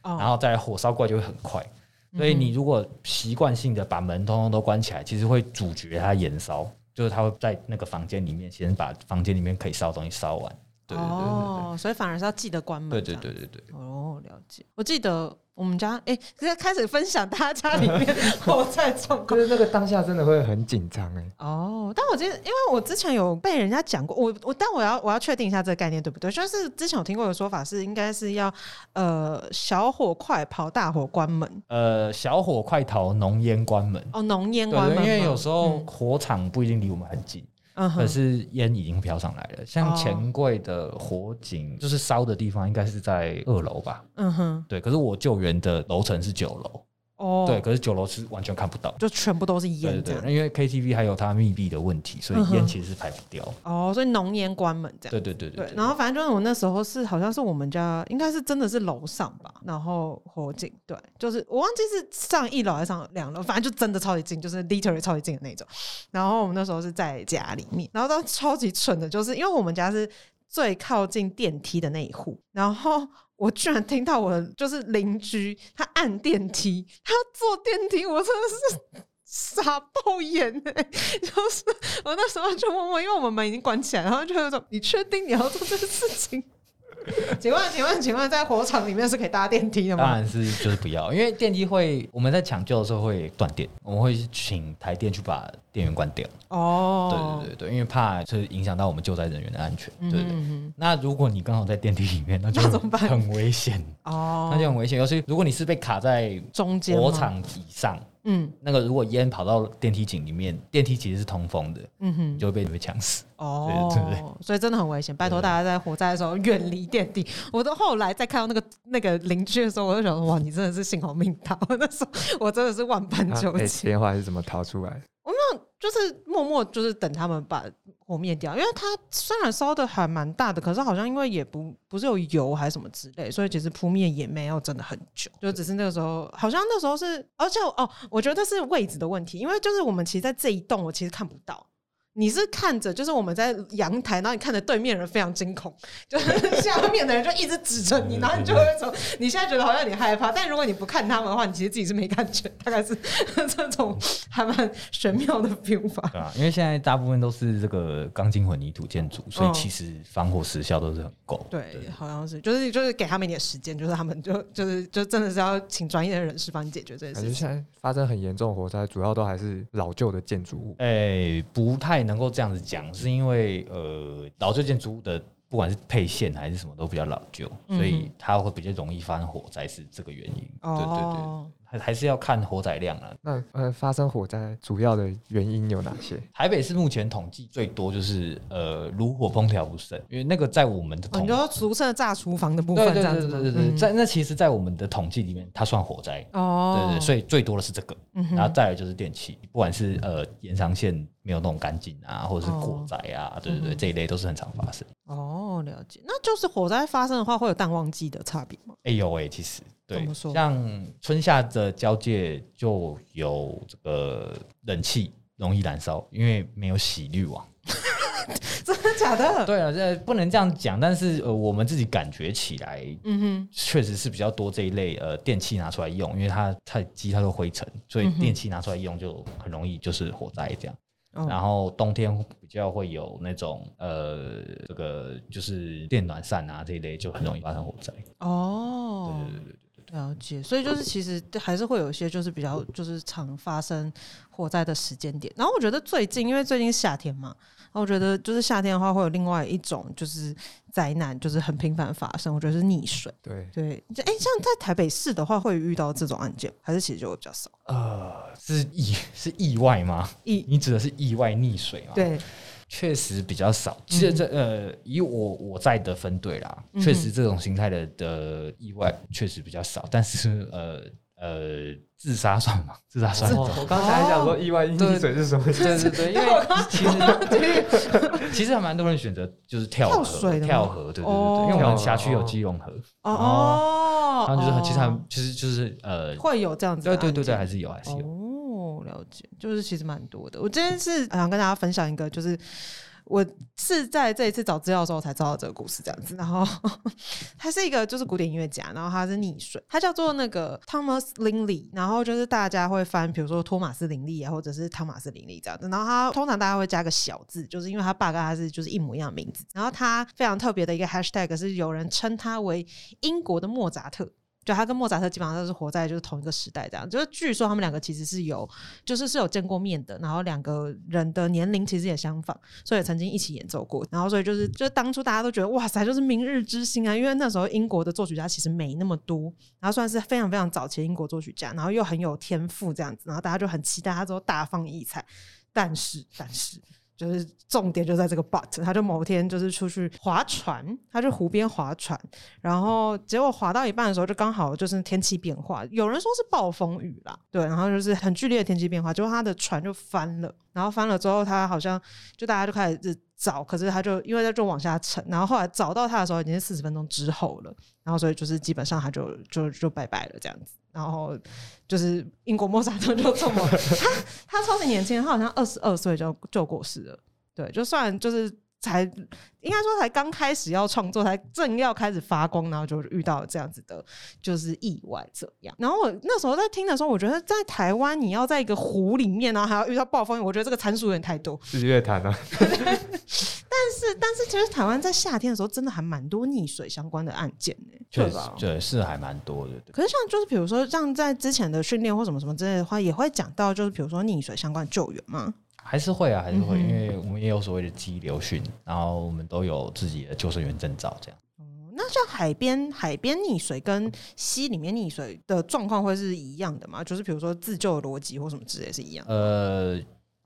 S1: 哦，嗯
S3: 然后再来火烧过来就会很快。所以你如果习惯性的把门通通都关起来，其实会阻绝它延烧，就是它会在那个房间里面先把房间里面可以烧的东西烧完。对对对对
S1: 哦，所以反而是要记得关门。
S3: 对对对对对。
S1: 哦，了解。我记得我们家，哎、现在开始分享大家家里面 火灾状
S2: 可
S1: 况。
S2: 是那个当下真的会很紧张哎，
S1: 哦，但我记得，因为我之前有被人家讲过，我我，但我要我要确定一下这个概念对不对？就是之前有听过有说法是，应该是要呃小火快跑，大火关门，
S3: 呃，小火快逃，浓烟关门。
S1: 哦，浓烟
S3: 对
S1: 关门吗，
S3: 因为有时候
S1: 嗯
S3: 火场不一定离我们很近，
S1: 嗯哦
S3: 可
S1: 哼，
S3: 是烟已经飘上来了。像钱柜的火警，就是烧的地方应该是在二楼吧？
S1: 嗯哼，
S3: 对，可是我救援的楼层是九楼，
S1: 哦，
S3: 对，，可是九楼是完全看不到。
S1: 就全部都是
S3: 对
S1: 烟这
S3: 对
S1: 样。
S3: 对，因为 KTV 还有它密闭的问题，所
S1: 嗯
S3: 以
S1: 哼
S3: 烟其实是排不掉。
S1: 哦，所以浓烟关门这样。
S3: 对对对对
S1: 对，
S3: 对。
S1: 然后反正就是我那时候是好像是我们家应该是真的是楼上吧，然后火警，对，就是我忘记是上一楼还是上两楼，反正就真的超级近，就是 literally 超级近的那种。然后我们那时候是在家里面，然后到超级蠢的，就是因为我们家是最靠近电梯的那一户，然后。我居然听到我的就是邻居，他按电梯，他坐电梯，我真的是傻爆眼哎、 就是我那时候就问问，因为我们门已经关起来，然后就有种你确定你要做这个事情？ 请问，请问，请问，在火场里面是可以搭电梯的
S3: 当
S1: 吗？
S3: 然是就是不要，因为电梯会我们在抢救的时候会断电，我们会请台电去把电源关掉。
S1: 哦，
S3: 啊对对对对，因为怕就是影响到我们救灾人员的安全。对对对。
S1: 嗯
S3: 那如果你刚好在电梯里面，那就
S1: 那怎么办
S3: 很危险，
S1: 哼，哦，
S3: 那就很危险。尤其如果你是被卡在
S1: 中间吗
S3: 火，场以上，
S1: 嗯
S3: 那个如果烟跑到电梯井里面，电梯其实是通风的，
S1: 嗯
S3: 你
S1: 哼，
S3: 就会被你被呛死。对对
S1: 哦，所以真的很危险，拜托大家在火灾的时候远离电梯。我都后来再看到那个那个邻居的时候，我就想说，哇，你真的是幸好命大， 我那时候我真的是万般
S3: 啊
S2: 那
S1: 纠
S2: 哎
S1: 结。
S2: 电话是怎么逃出 来？
S1: 就是默默就是等他们把火灭掉，因为它虽然烧的还蛮大的，可是好像因为也不不是有油还是什么之类，所以其实扑灭也没有真的很久，就只是那个时候好像那时候是，而且哦，我觉得是位置的问题，因为就是我们其实在这一栋我其实看不到。你是看着，就是我们在阳台，然后你看着对面人非常惊恐，就是下面的人就一直指着你，然后你就会说，你现在觉得好像你害怕，但如果你不看他们的话，你其实自己是没感觉，大概是 这种还蛮玄妙的 feel 吧。
S3: 对啊，因为现在大部分都是这个钢筋混凝土建筑，所以
S1: 嗯
S3: 其实防火时效都是很够。
S1: 对，好像是，就是就是给他们一点时间，就是他们就就是就真的是要请专业的人士帮你解决这件
S2: 感
S1: 事
S2: 觉
S1: 情。
S2: 现在发生很严重的火灾，主要都还是老旧的建筑物。
S3: 哎、不太能够这样子讲，是因为呃，老旧建筑物的不管是配线还是什么都比较老旧，
S1: 嗯哼
S3: 所以它会比较容易发生火灾，是这个原因。对对对，
S1: 哦，
S3: 还还是要看火载量啊。
S2: 那呃，发生火灾主要的原因有哪些？
S3: 台北市目前统计最多就是呃炉火烹调不慎，因为那个在我们的
S1: 哦
S3: 统
S1: 你说俗称的炸厨房的部
S3: 对
S1: 分，
S3: 对
S1: 这样
S3: 对
S1: 子
S3: 对
S1: 吗？
S3: 对对，
S1: 嗯
S3: 在那其实，在我们的统计里面，它算火灾。
S1: 哦
S3: 对，对，所以最多的是这个，
S1: 嗯哼
S3: 然后再来就是电器，不管是呃延长线没有弄干净啊，或者是过载啊，对
S1: 嗯
S3: 对对，这一类都是很常发生。
S1: 哦，了解，那就是火灾发生的话，会有淡旺季的差别吗？
S3: 哎呦哎，其实
S1: 怎
S3: 对
S1: 么，说
S3: 像春夏的交界就有这个冷气容易燃烧，因为没有洗滤网。
S1: 真的假的？
S3: 对啊，这不能这样讲，但是呃，我们自己感觉起来，
S1: 嗯哼，
S3: 确实是比较多这一类呃电器拿出来用，因为它太积太多灰尘，所以
S1: 嗯
S3: 电器拿出来用就很容易就是火灾这样。
S1: 哦
S3: 然后冬天比较会有那种呃这个就是电暖扇啊这一类就很容易发生火灾。
S1: 哦，
S3: 对对对对
S1: 了解，所以就是其实还是会有一些就是比较就是常发生火灾的时间点。然后我觉得最近，因为最近夏天嘛，然后我觉得就是夏天的话会有另外一种就是灾难，就是很频繁发生，我觉得是溺水。
S2: 对，
S1: 对，就哎、像在台北市的话会遇到这种案件，还是其实就会比较少。
S3: 呃，是意是意外吗？
S1: 意
S3: 你指的是意外溺水吗？，
S1: 对，
S3: 确实比较少。
S1: 嗯
S3: 其实这呃，以我我在的分队啦，确实这种形态的的意外确实比较少，但是呃。 呃，自杀算吗？ 自杀算
S2: 是
S3: 吗？
S2: 哦我刚才还想说意外溺
S3: 对
S2: 水是什么意思？
S3: 对对 对，因为其 实 其实还蛮多人选择就是跳
S1: 跳
S3: 河，
S1: 水的吗
S3: 跳河，对对对
S1: 哦
S3: 对，因为我们辖区有基隆河，
S1: 哦哦，
S3: 然后就是很其实还
S1: 哦
S3: 其实就是呃，
S1: 会有这样子的
S3: 对
S1: 案件，
S3: 对对对，还是有还是有，
S1: 哦，了解，就是其实蛮多的。我今天是想跟大家分享一个，就是我是在这一次找资料的时候才知道这个故事这样子。然后 他是一个就是古典音乐家，然后他是溺水，他叫做那个 Thomas Linley，然后就是大家会翻，比如说托马斯林利啊，或者是汤马斯林利这样子。然后他通常大家会加个小字，就是因为他爸跟他是就是一模一样的名字。然后他非常特别的一个 hashtag 是有人称他为英国的莫扎特。就他跟莫扎特基本上都是活在就是同一个时代，这样就是据说他们两个其实是有，就是是有见过面的，然后两个人的年龄其实也相仿，所以也曾经一起演奏过，然后所以就是就是当初大家都觉得哇塞，就是明日之星啊，因为那时候英国的作曲家其实没那么多，然后算是非常非常早期的英国作曲家，然后又很有天赋这样子，然后大家就很期待他之后大放异彩，但是但是。就是重点就在这个 but，他就某天就是出去划船，他就湖边划船，然后结果滑到一半的时候，就刚好就是天气变化，有人说是暴风雨啦，对，然后就是很剧烈的天气变化，结果他的船就翻了，然后翻了之后，他好像就大家就开始找，可是他就因为他就往下沉，然后后来找到他的时候已经是四十分钟之后了，然后所以就是基本上他就就就拜拜了这样子。然后就是英国莫扎特就这么，他他超级年轻，他好像二十二岁就就过世了。对，就算就是才应该说才刚开始要创作，才正要开始发光，然后就遇到这样子的，就是意外这样。然后我那时候在听的时候，我觉得在台湾你要在一个湖里面，然后还要遇到暴风雨，我觉得这个参数有点太多。
S2: 自己乐坛啊，
S1: 但是，但是其实台湾在夏天的时候，真的还蛮多溺水相关的案件呢、
S3: 确
S1: 对
S3: 实
S1: 吧？
S3: 对是还蛮多的，对
S1: 可是像就是比如说像在之前的训练或什么什么之类的话，也会讲到就是比如说溺水相关的救援嘛。
S3: 还是会啊，还是会，
S1: 嗯哼
S3: 因为我们也有所谓的激流训，然后我们都有自己的救生员证照，这样。
S1: 那像海边海边溺水跟溪里面溺水的状况会是一样的吗？就是比如说自救的逻辑或什么之类是一样的。
S3: 呃，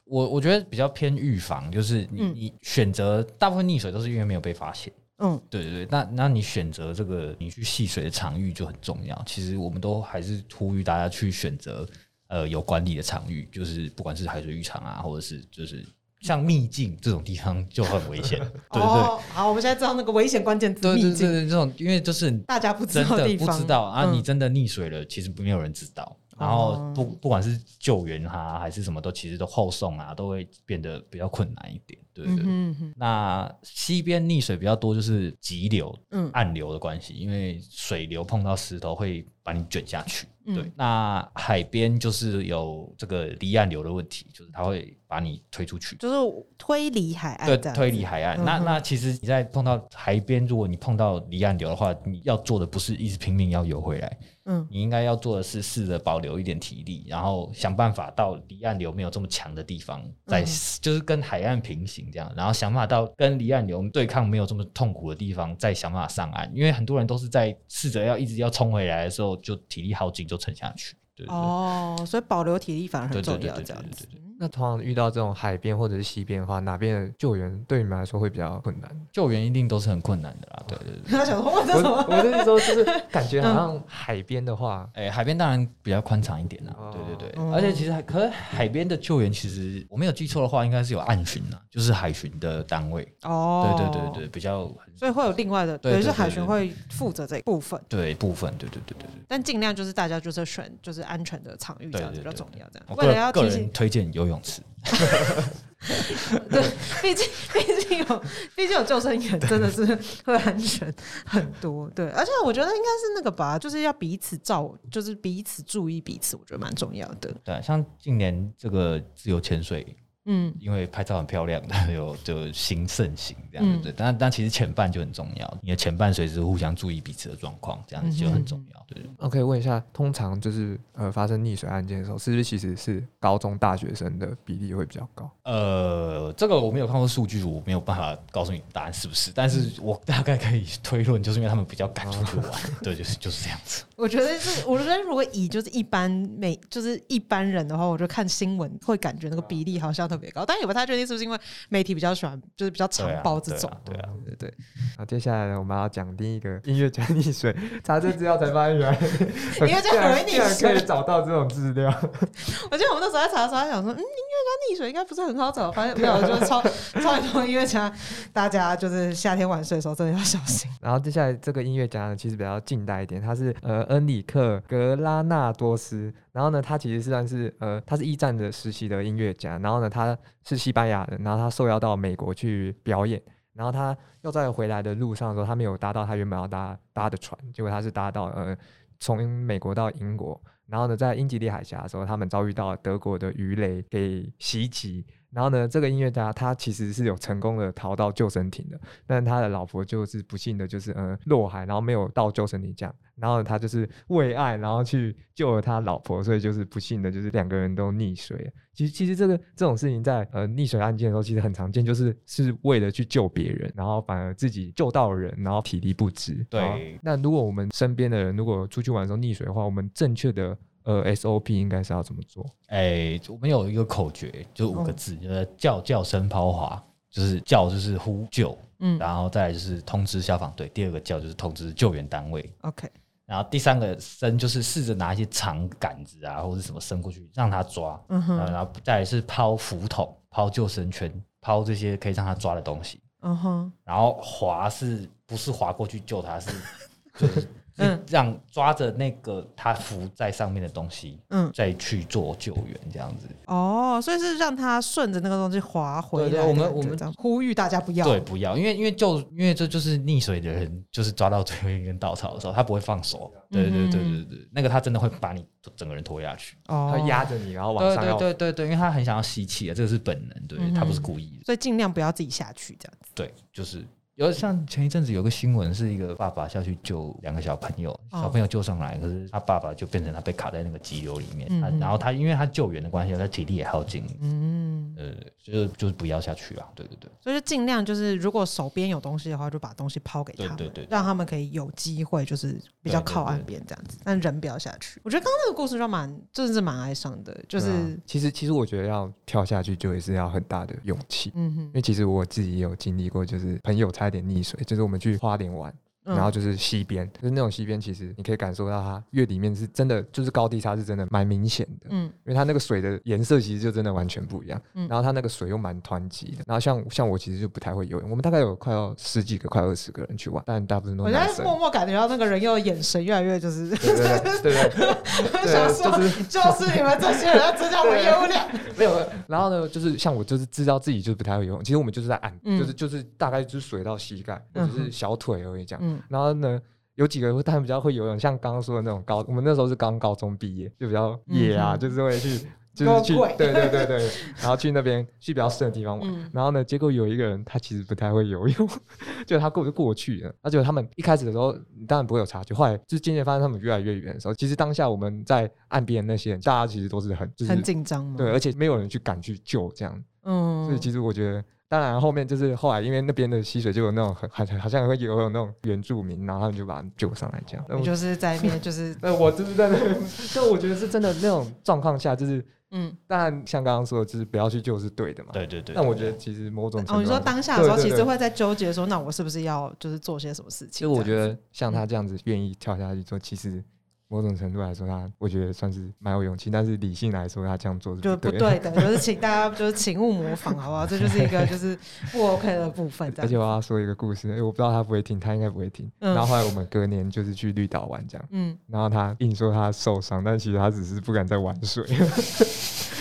S3: 我我觉得比较偏预防，就是你、
S1: 嗯
S3: 你选择大部分溺水都是因为没有被发现。
S1: 嗯，
S3: 对对对，那那你选择这个你去戏水的场域就很重要。其实我们都还是呼吁大家去选择呃有管理的场域，就是不管是海水浴场啊，或者是就是像秘境这种地方就很 危险。对对
S1: 哦，好，我们现在知道那个危险关键字
S3: 对对
S1: 秘
S3: 对对
S1: 境，
S3: 对，这种因为就是
S1: 大家不知
S3: 真
S1: 道
S3: 的
S1: 地
S3: 不
S1: 方，
S3: 知道啊，
S1: 嗯哦
S3: 你真的溺水了，其实没有人知道。然后不不管是救援啊，还是什么都，其实都后送啊，都会变得比较困难一点，对不
S1: 嗯
S3: 对？
S1: 哼嗯哼
S3: 那西边溺水比较多，就是急流、
S1: 嗯
S3: 暗流的关系，因为水流碰到石头会把你卷下去。对，
S1: 嗯
S3: 那海边就是有这个离岸流的问题，就是它会把你推出去。
S1: 就是推离海岸
S3: 对，
S1: 这样子
S3: 推离海岸。
S1: 嗯
S3: 那
S1: 哼
S3: 那其实你在碰到海边，如果你碰到离岸流的话，你要做的不是一直拼命要游回来，
S1: 嗯
S3: 你应该要做的是试着保留一点体力，然后想办法到离岸流没有这么强的地方，在、
S1: 嗯
S3: 就是跟海岸平行这样，然后想办法到跟离岸流对抗没有这么痛苦的地方，再想办法上岸。因为很多人都是在试着要一直要冲回来的时候，就体力耗尽就沉下去。对对
S1: 哦，所以保留体力反而
S3: 对
S1: 很
S3: 对
S1: 重
S3: 对
S1: 要，
S3: 对
S1: 这
S3: 对
S1: 样
S3: 对
S1: 子
S3: 对。对。
S2: 那通常遇到这种海边或者是溪边的话，哪边的救援对你们来说会比较困难？
S3: 救援一定都是很困难的啦，对对对。
S1: 他想说，我这
S2: 我
S1: 什么？
S2: 我的意思说，就是感觉好像海边的话，
S3: 哎、海边当然比较宽敞一点啦、
S2: 哦
S3: 对对对，
S1: 嗯
S3: 而且其实还可是海边的救援，其实我没有记错的话，应该是有岸巡啊，就是海巡的单位，
S1: 哦，
S3: 对对对对，比较
S1: 所以会有另外的，
S3: 对
S1: 等于
S3: 对
S1: 是
S3: 对
S1: 海
S3: 对
S1: 巡会负责这一部分，
S3: 对部分，对对对对对。
S1: 但尽量就是大家就是选就是安全的场域，这
S3: 对
S1: 样子比
S3: 对
S1: 较
S3: 对
S1: 重要。这样
S3: 我
S1: 为了要
S3: 个个
S1: 提醒
S3: 人，推荐游泳池，
S1: 对， 毕竟毕竟有毕竟有救生员，真的是会安全很多。对，而且我觉得应该是那个吧，就是要彼此照，就是彼此注意彼此，我觉得蛮重要的。
S3: 对，像近年这个自由潜水，
S1: 嗯，
S3: 因为拍照很漂亮的， 有就新盛行这样
S1: 嗯
S3: 子，对，但但其实前半就很重要，你的前半随时互相注意彼此的状况，这样
S1: 嗯
S3: 子就很重要，对。
S2: 那可以问一下，通常就是呃发生溺水案件的时候，是不是其实是高中大学生的比例会比较高？
S3: 呃，这个我没有看过数据，我没有办法告诉你答案是不是，但是
S1: 嗯
S3: 我大概可以推论，就是因为他们比较敢出去玩，
S1: 哦
S3: 对，就是就是这样子。
S1: 我觉得是，我觉得如果以就是一般每就是一般人的话，我就看新闻会感觉那个比例好像都特别高，但也不太确定是不是因为媒体比较喜欢，就是比较长
S3: 对啊
S1: 包这种。
S3: 对啊，对啊
S2: 对 对，那接下来呢，我们要讲第一个音乐加溺水，查这资料才发现原来
S1: 音乐家
S2: 竟然
S1: 很容易溺
S2: 竟然可以
S1: 水
S2: 找到这种资料，
S1: 我记得我们那时候在查的时候，还想说，嗯，音乐家溺水应该不是很好找，发现没 有，就是超超级多音乐家，大家就是夏天玩水的时候真的要小心。
S2: 然后接下来这个音乐家呢，其实比较近代一点，他是呃恩里克·格拉纳多斯。然后呢，他其实是算是呃，他是一战的时期的音乐家。然后呢，他是西班牙人，然后他受邀到美国去表演。然后他要在回来的路上的时候，他没有搭到他原本要搭搭的船，结果他是搭到呃从美国到英国。然后呢，在英吉利海峡的时候，他们遭遇到德国的鱼雷给袭击。然后呢，这个音乐家他其实是有成功的逃到救生艇的，但他的老婆就是不幸的，就是嗯落海，然后没有到救生艇这样，然后他就是为爱，然后去救了他老婆，所以就是不幸的，就是两个人都溺水了。其实其实这个这种事情在呃溺水案件的时候，其实很常见，就是是为了去救别人，然后反而自己救到人，然后体力不支。
S3: 对
S2: 然后那如果我们身边的人如果出去玩的时候溺水的话，我们正确的呃 SOP 应该是要怎么做？
S3: 哎、我们有一个口诀，就五个字，就是叫叫声抛滑，就是叫就是呼救，
S1: 嗯
S3: 然后再来就是通知消防队，第二个叫就是通知救援单位，
S1: ，OK，
S3: 然后第三个伸就是试着拿一些长杆子啊或者什么伸过去让他抓，
S1: 嗯哼
S3: 然后再来是抛浮筒、抛救生圈、抛这些可以让他抓的东西，
S1: 嗯哼，
S3: 然后滑是不是滑过去救他是就是
S1: 嗯
S3: 让抓着那个他浮在上面的东西，
S1: 嗯，
S3: 再去做救援这样子。
S1: 哦，所以是让他顺着那个东西滑回来的
S3: 对
S1: 感
S3: 对
S1: 觉。
S3: 我们我们
S1: 这样呼吁大家不要。
S3: 对，不要，因为因为就因为这就是溺水的人，就是抓到最后一根稻草的时候，他不会放手。对对对对对，那个他真的会把你整个人拖下去。
S2: 他
S1: 哦，
S2: 压着你，然后往
S3: 对
S2: 上
S3: 对
S2: 要
S3: 对对对，因为他很想要吸气啊，这个是本能，对、他不是故意的。
S1: 所以尽量不要自己下去这样子。
S3: 对，就是有像前一阵子有个新闻，是一个爸爸下去救两个小朋友，
S1: 哦
S3: 小朋友救上来，可是他爸爸就变成他被卡在那个急流里面，他然后他因为他救援的关系，他体力也耗尽，
S1: 嗯，
S3: 呃，就是就是不要下去啊。对对对。
S1: 所以就尽量就是，如果手边有东西的话，就把东西抛给他们，
S3: 对对对对
S1: 让他们可以有机会就是比较靠岸边这样子，但人不要下去。我觉得刚刚那个故事就蛮，真的是蛮哀伤的，就是、
S2: 对啊其实其实我觉得要跳下去就也是要很大的勇气，
S1: 嗯
S2: 因
S1: 哼，
S2: 为其实我自己也有经历过，就是朋友差一点溺水，就是我们去花莲玩。
S1: 嗯
S2: 然后就是溪边，就是那种溪边，其实你可以感受到它越里面是真的，就是高低差是真的蛮明显的，
S1: 嗯
S2: 因为它那个水的颜色其实就真的完全不一样，
S1: 嗯
S2: 然后它那个水又蛮湍急的，然后像像我其实就不太会游泳，我们大概有快要十几个、快二十个人去玩，但大部分都
S1: 我
S2: 是
S1: 现
S2: 男
S1: 在
S2: 生，
S1: 默默感觉到那个人又眼神越来越就是，
S2: 对对对对对，
S1: 想
S2: 对
S1: 说、
S2: 就是
S1: 就是你们这些人要增加我们业务量，
S2: 没有。然后呢，就是像我就是知道自己就是不太会游泳，其实我们就是在岸，
S1: 嗯
S2: 就是就是大概就是水到膝盖或者是小腿而已这样。
S1: 嗯
S2: 然后呢，有几个会他们比较会游泳，像刚刚说的那种高，我们那时候是刚高中毕业，就比较野
S1: 嗯
S2: 啊，
S1: 哼
S2: 就是会 去。就
S1: 多
S2: 是去
S1: 贵，
S2: 对对对对， 然后去那边去比较深的地方玩，
S1: 嗯
S2: 然后呢，结果有一个人他其实不太会游泳， 就他过就过去了，而且他们一开始的时候，你当然不会有察觉，后来就是渐渐发现他们越来越远的时候，其实当下我们在岸边那些人，大家其实都是很就是
S1: 很紧张吗？
S2: 对，，而且没有人去敢去救这样，所以
S1: 嗯，
S2: 其实我觉得，当然后面就是后来因为那边的溪水就有那种很很好像会有有那种原住民，然后他们就把他们救上来这样。那
S1: 你
S2: 我
S1: 就是在面 就是
S2: 那我就是在那边， 就我觉得是真的那种状况下，就是
S1: 嗯。
S2: 当然像刚刚说的，就是不要去救是对的嘛。。
S3: 对对对，
S2: 但我觉得其实某种程度
S1: 哦，你说
S2: 上
S1: 当下的时候，
S2: 对
S1: 其
S2: 对对
S1: 实会在纠结说，那我是不是要就是做些什么事
S2: 其
S1: 情？
S2: 实我觉
S1: 得，
S2: 得像他这样子愿意跳下去做，其实某种程度来说，他我觉得算是蛮有勇气，但是理性来说，他这样做是
S1: 就是不
S2: 对的。
S1: 对的，就是请大家就是请勿模仿，好不好？这就是一个 就是不 OK 的部分，这
S2: 而且
S1: 样。
S2: 我要说一个故事，因为我不知道他不会听，他应该不会听。
S1: 嗯
S2: 然后后来我们隔年就是去绿岛玩这样，
S1: 嗯，
S2: 然后他硬说他受伤，但其实他只是不敢再玩水。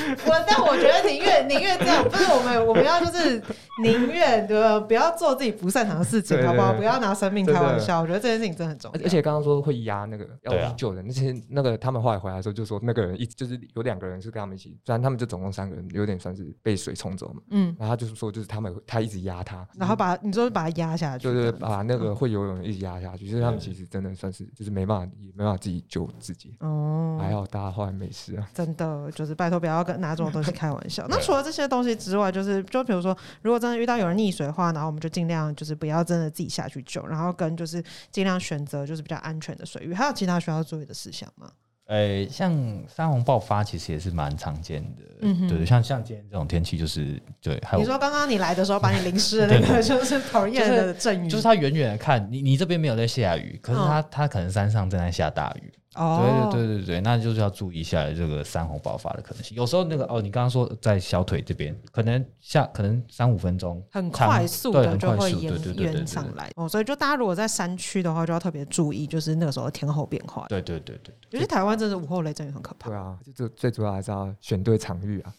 S1: 我但我觉得宁愿宁愿这样，不是我们我们要就是宁愿呃不要做自己不擅长的事情，
S2: 对对
S1: 好不好？
S2: 对
S1: 不要拿生命开玩笑，我觉得这件事情真的很重
S2: 而
S1: 要。
S2: 而且刚刚说会压那个
S3: 对
S2: 要
S3: 啊
S2: 去救人，那些那个他们后来回来的时候就说那个人一就是有两个人是跟他们一起，虽然他们就总共三个人，有点算是被水冲走嘛。
S1: 嗯，
S2: 然后他就是说就是他们他一直压他，
S1: 然后把你说把它压下去，
S2: 就是
S1: 这样
S2: 把那个会游泳的一直压下去，就是他们其实真的算是就是没办法也没办法自己救自己，
S1: 哦，
S2: 还好大家后来没事啊。
S1: 真的就是拜托不要跟拿这种东西开玩 笑。那除了这些东西之外，就是就比如说，如果真的遇到有人溺水的话，然后我们就尽量就是不要真的自己下去救，然后跟就是尽量选择就是比较安全的水域。还有其他需要注意的事项吗？
S3: 呃，像山洪爆发其实也是蛮常见的，
S1: 嗯哼
S3: 对，像像今天这种天气就是对，还有
S1: 你说刚刚你来的时候把你淋湿的那个就是讨厌的阵雨，
S3: 就是它远远的看你，你这边没有在下雨，可是它、它可能山上正在下大雨。
S1: 哦，
S3: 对对对对对，那就是要注意一下这个山洪爆发的可能性。有时候那个哦，你刚刚说在小腿这边，可能下可能三五分钟，
S1: 很
S3: 长
S1: 快速
S3: 对
S1: 的
S3: 很
S1: 就
S3: 快
S1: 会
S3: 速对对
S1: 延
S3: 对对
S1: 延上来哦，所以就大家如果在山区的话，就要特别注意，就是那个时候天候变化。
S3: 对对对对
S1: 尤
S3: 对。
S1: 其台湾真的午后雷阵雨很可怕
S2: 对，啊，最最主要还是要选对场域啊。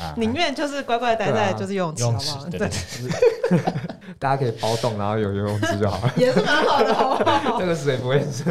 S3: 啊
S1: 宁愿就是乖乖待在就是游泳池，
S3: 游
S1: 好
S3: 泳
S1: 不
S3: 池
S1: 好？，。
S3: 啊对对，对
S2: 大家可以包栋，然后有游泳池就好了
S1: 也是蛮好的，好不好？
S2: 这个水不会是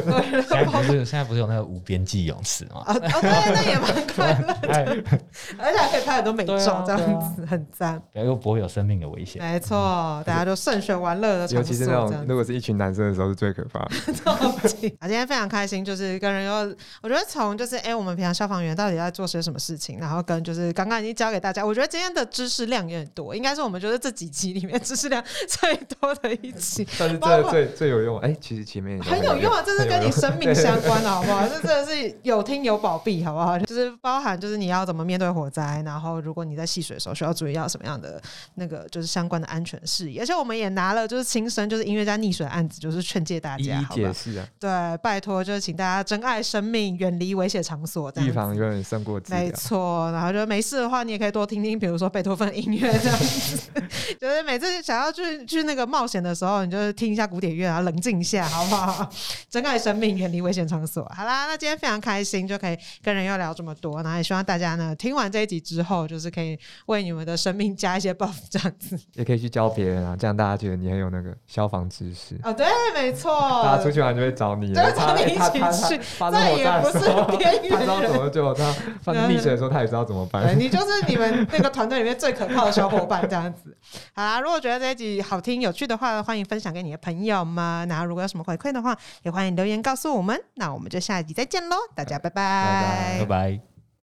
S3: 现在不是现在不是有那个无边际泳池吗？
S1: 啊，哦，对，那也蛮快 乐
S2: 啊
S1: 的，
S3: 哎，
S1: 而且还可以拍很多美
S3: 对
S1: 照
S3: 啊，
S1: 这样子很赞。
S3: 不要又不会有生命的危
S2: 啊
S3: 险。
S1: 没错，大家就慎选玩乐的场
S2: 尤
S1: 所，
S2: 其是
S1: 这
S2: 那
S1: 样
S2: 种
S1: 子
S2: 如果是一群男生的时候是最可怕的。
S1: 超级啊，今天非常开心，就是跟人又，我觉得从就是哎、诶我们平常消防员到底在做些什么事情，然后跟就是刚刚已经教给大家，我觉得今天的知识量也很多，应该是我们觉得这几集里面知识量最多的一集。
S2: 但是
S1: 包
S2: 这
S1: 括
S2: 最最有用，哎、其实前面也都
S1: 很有用啊，这是跟
S2: 很有
S1: 你
S2: 用
S1: 生命相关的，好不好？这真的是有听有保庇，好不好？就是包含就是你要怎么面对火灾，然后如果你在戏水的时候需要注意要什么样的那个就是相关的安全事宜，而且我们也拿了就是亲身就是音乐家溺水的案子，就是劝诫大
S2: 一
S1: 家，
S2: 一
S1: 好不好
S2: 解？释啊，
S1: 对，拜托，就是请大家珍爱生命，远离危险场所，这样
S2: 预
S1: 子
S2: 防永远胜过治疗
S1: 没。错，然后就没事的话，你也可以多听听，比如说贝多芬音乐这样子。 就是每次想要去去那个冒险的时候，你就听一下古典乐啊，然后冷静一下，好不好？珍爱生命，远离危险场所。好啦，那今天非常开心，就可以跟人又聊这么多，然后也希望大家呢，听完这一集之后，就是可以为你们的生命加一些 buff，这样子。
S2: 也可以去教别人啊，这样大家觉得你很有那个消防知识。
S1: 哦，对，没错，
S2: 大家出去玩就会找你
S1: 就
S2: 啊，
S1: 会找你
S2: 哎他
S1: 一起
S2: 他他
S1: 去
S2: 发生
S1: 这
S2: 火
S1: 也
S2: 灾
S1: 不
S2: 的时
S1: 是
S2: 候，
S1: 边缘
S2: 他知道怎
S1: 人嗯
S2: 么救，他发生溺水的时候，他也知道怎么
S1: 对
S2: 办。
S1: 你就是你们那个团队里面最可靠的小伙伴，这样子。 好啦，如果觉得这一集好听有趣的话，欢迎分享给你的朋友们。然后如果有什么回馈的话，也欢迎留言告诉我们。那我们就下一集再见喽，大家拜拜
S2: 拜
S3: 拜拜。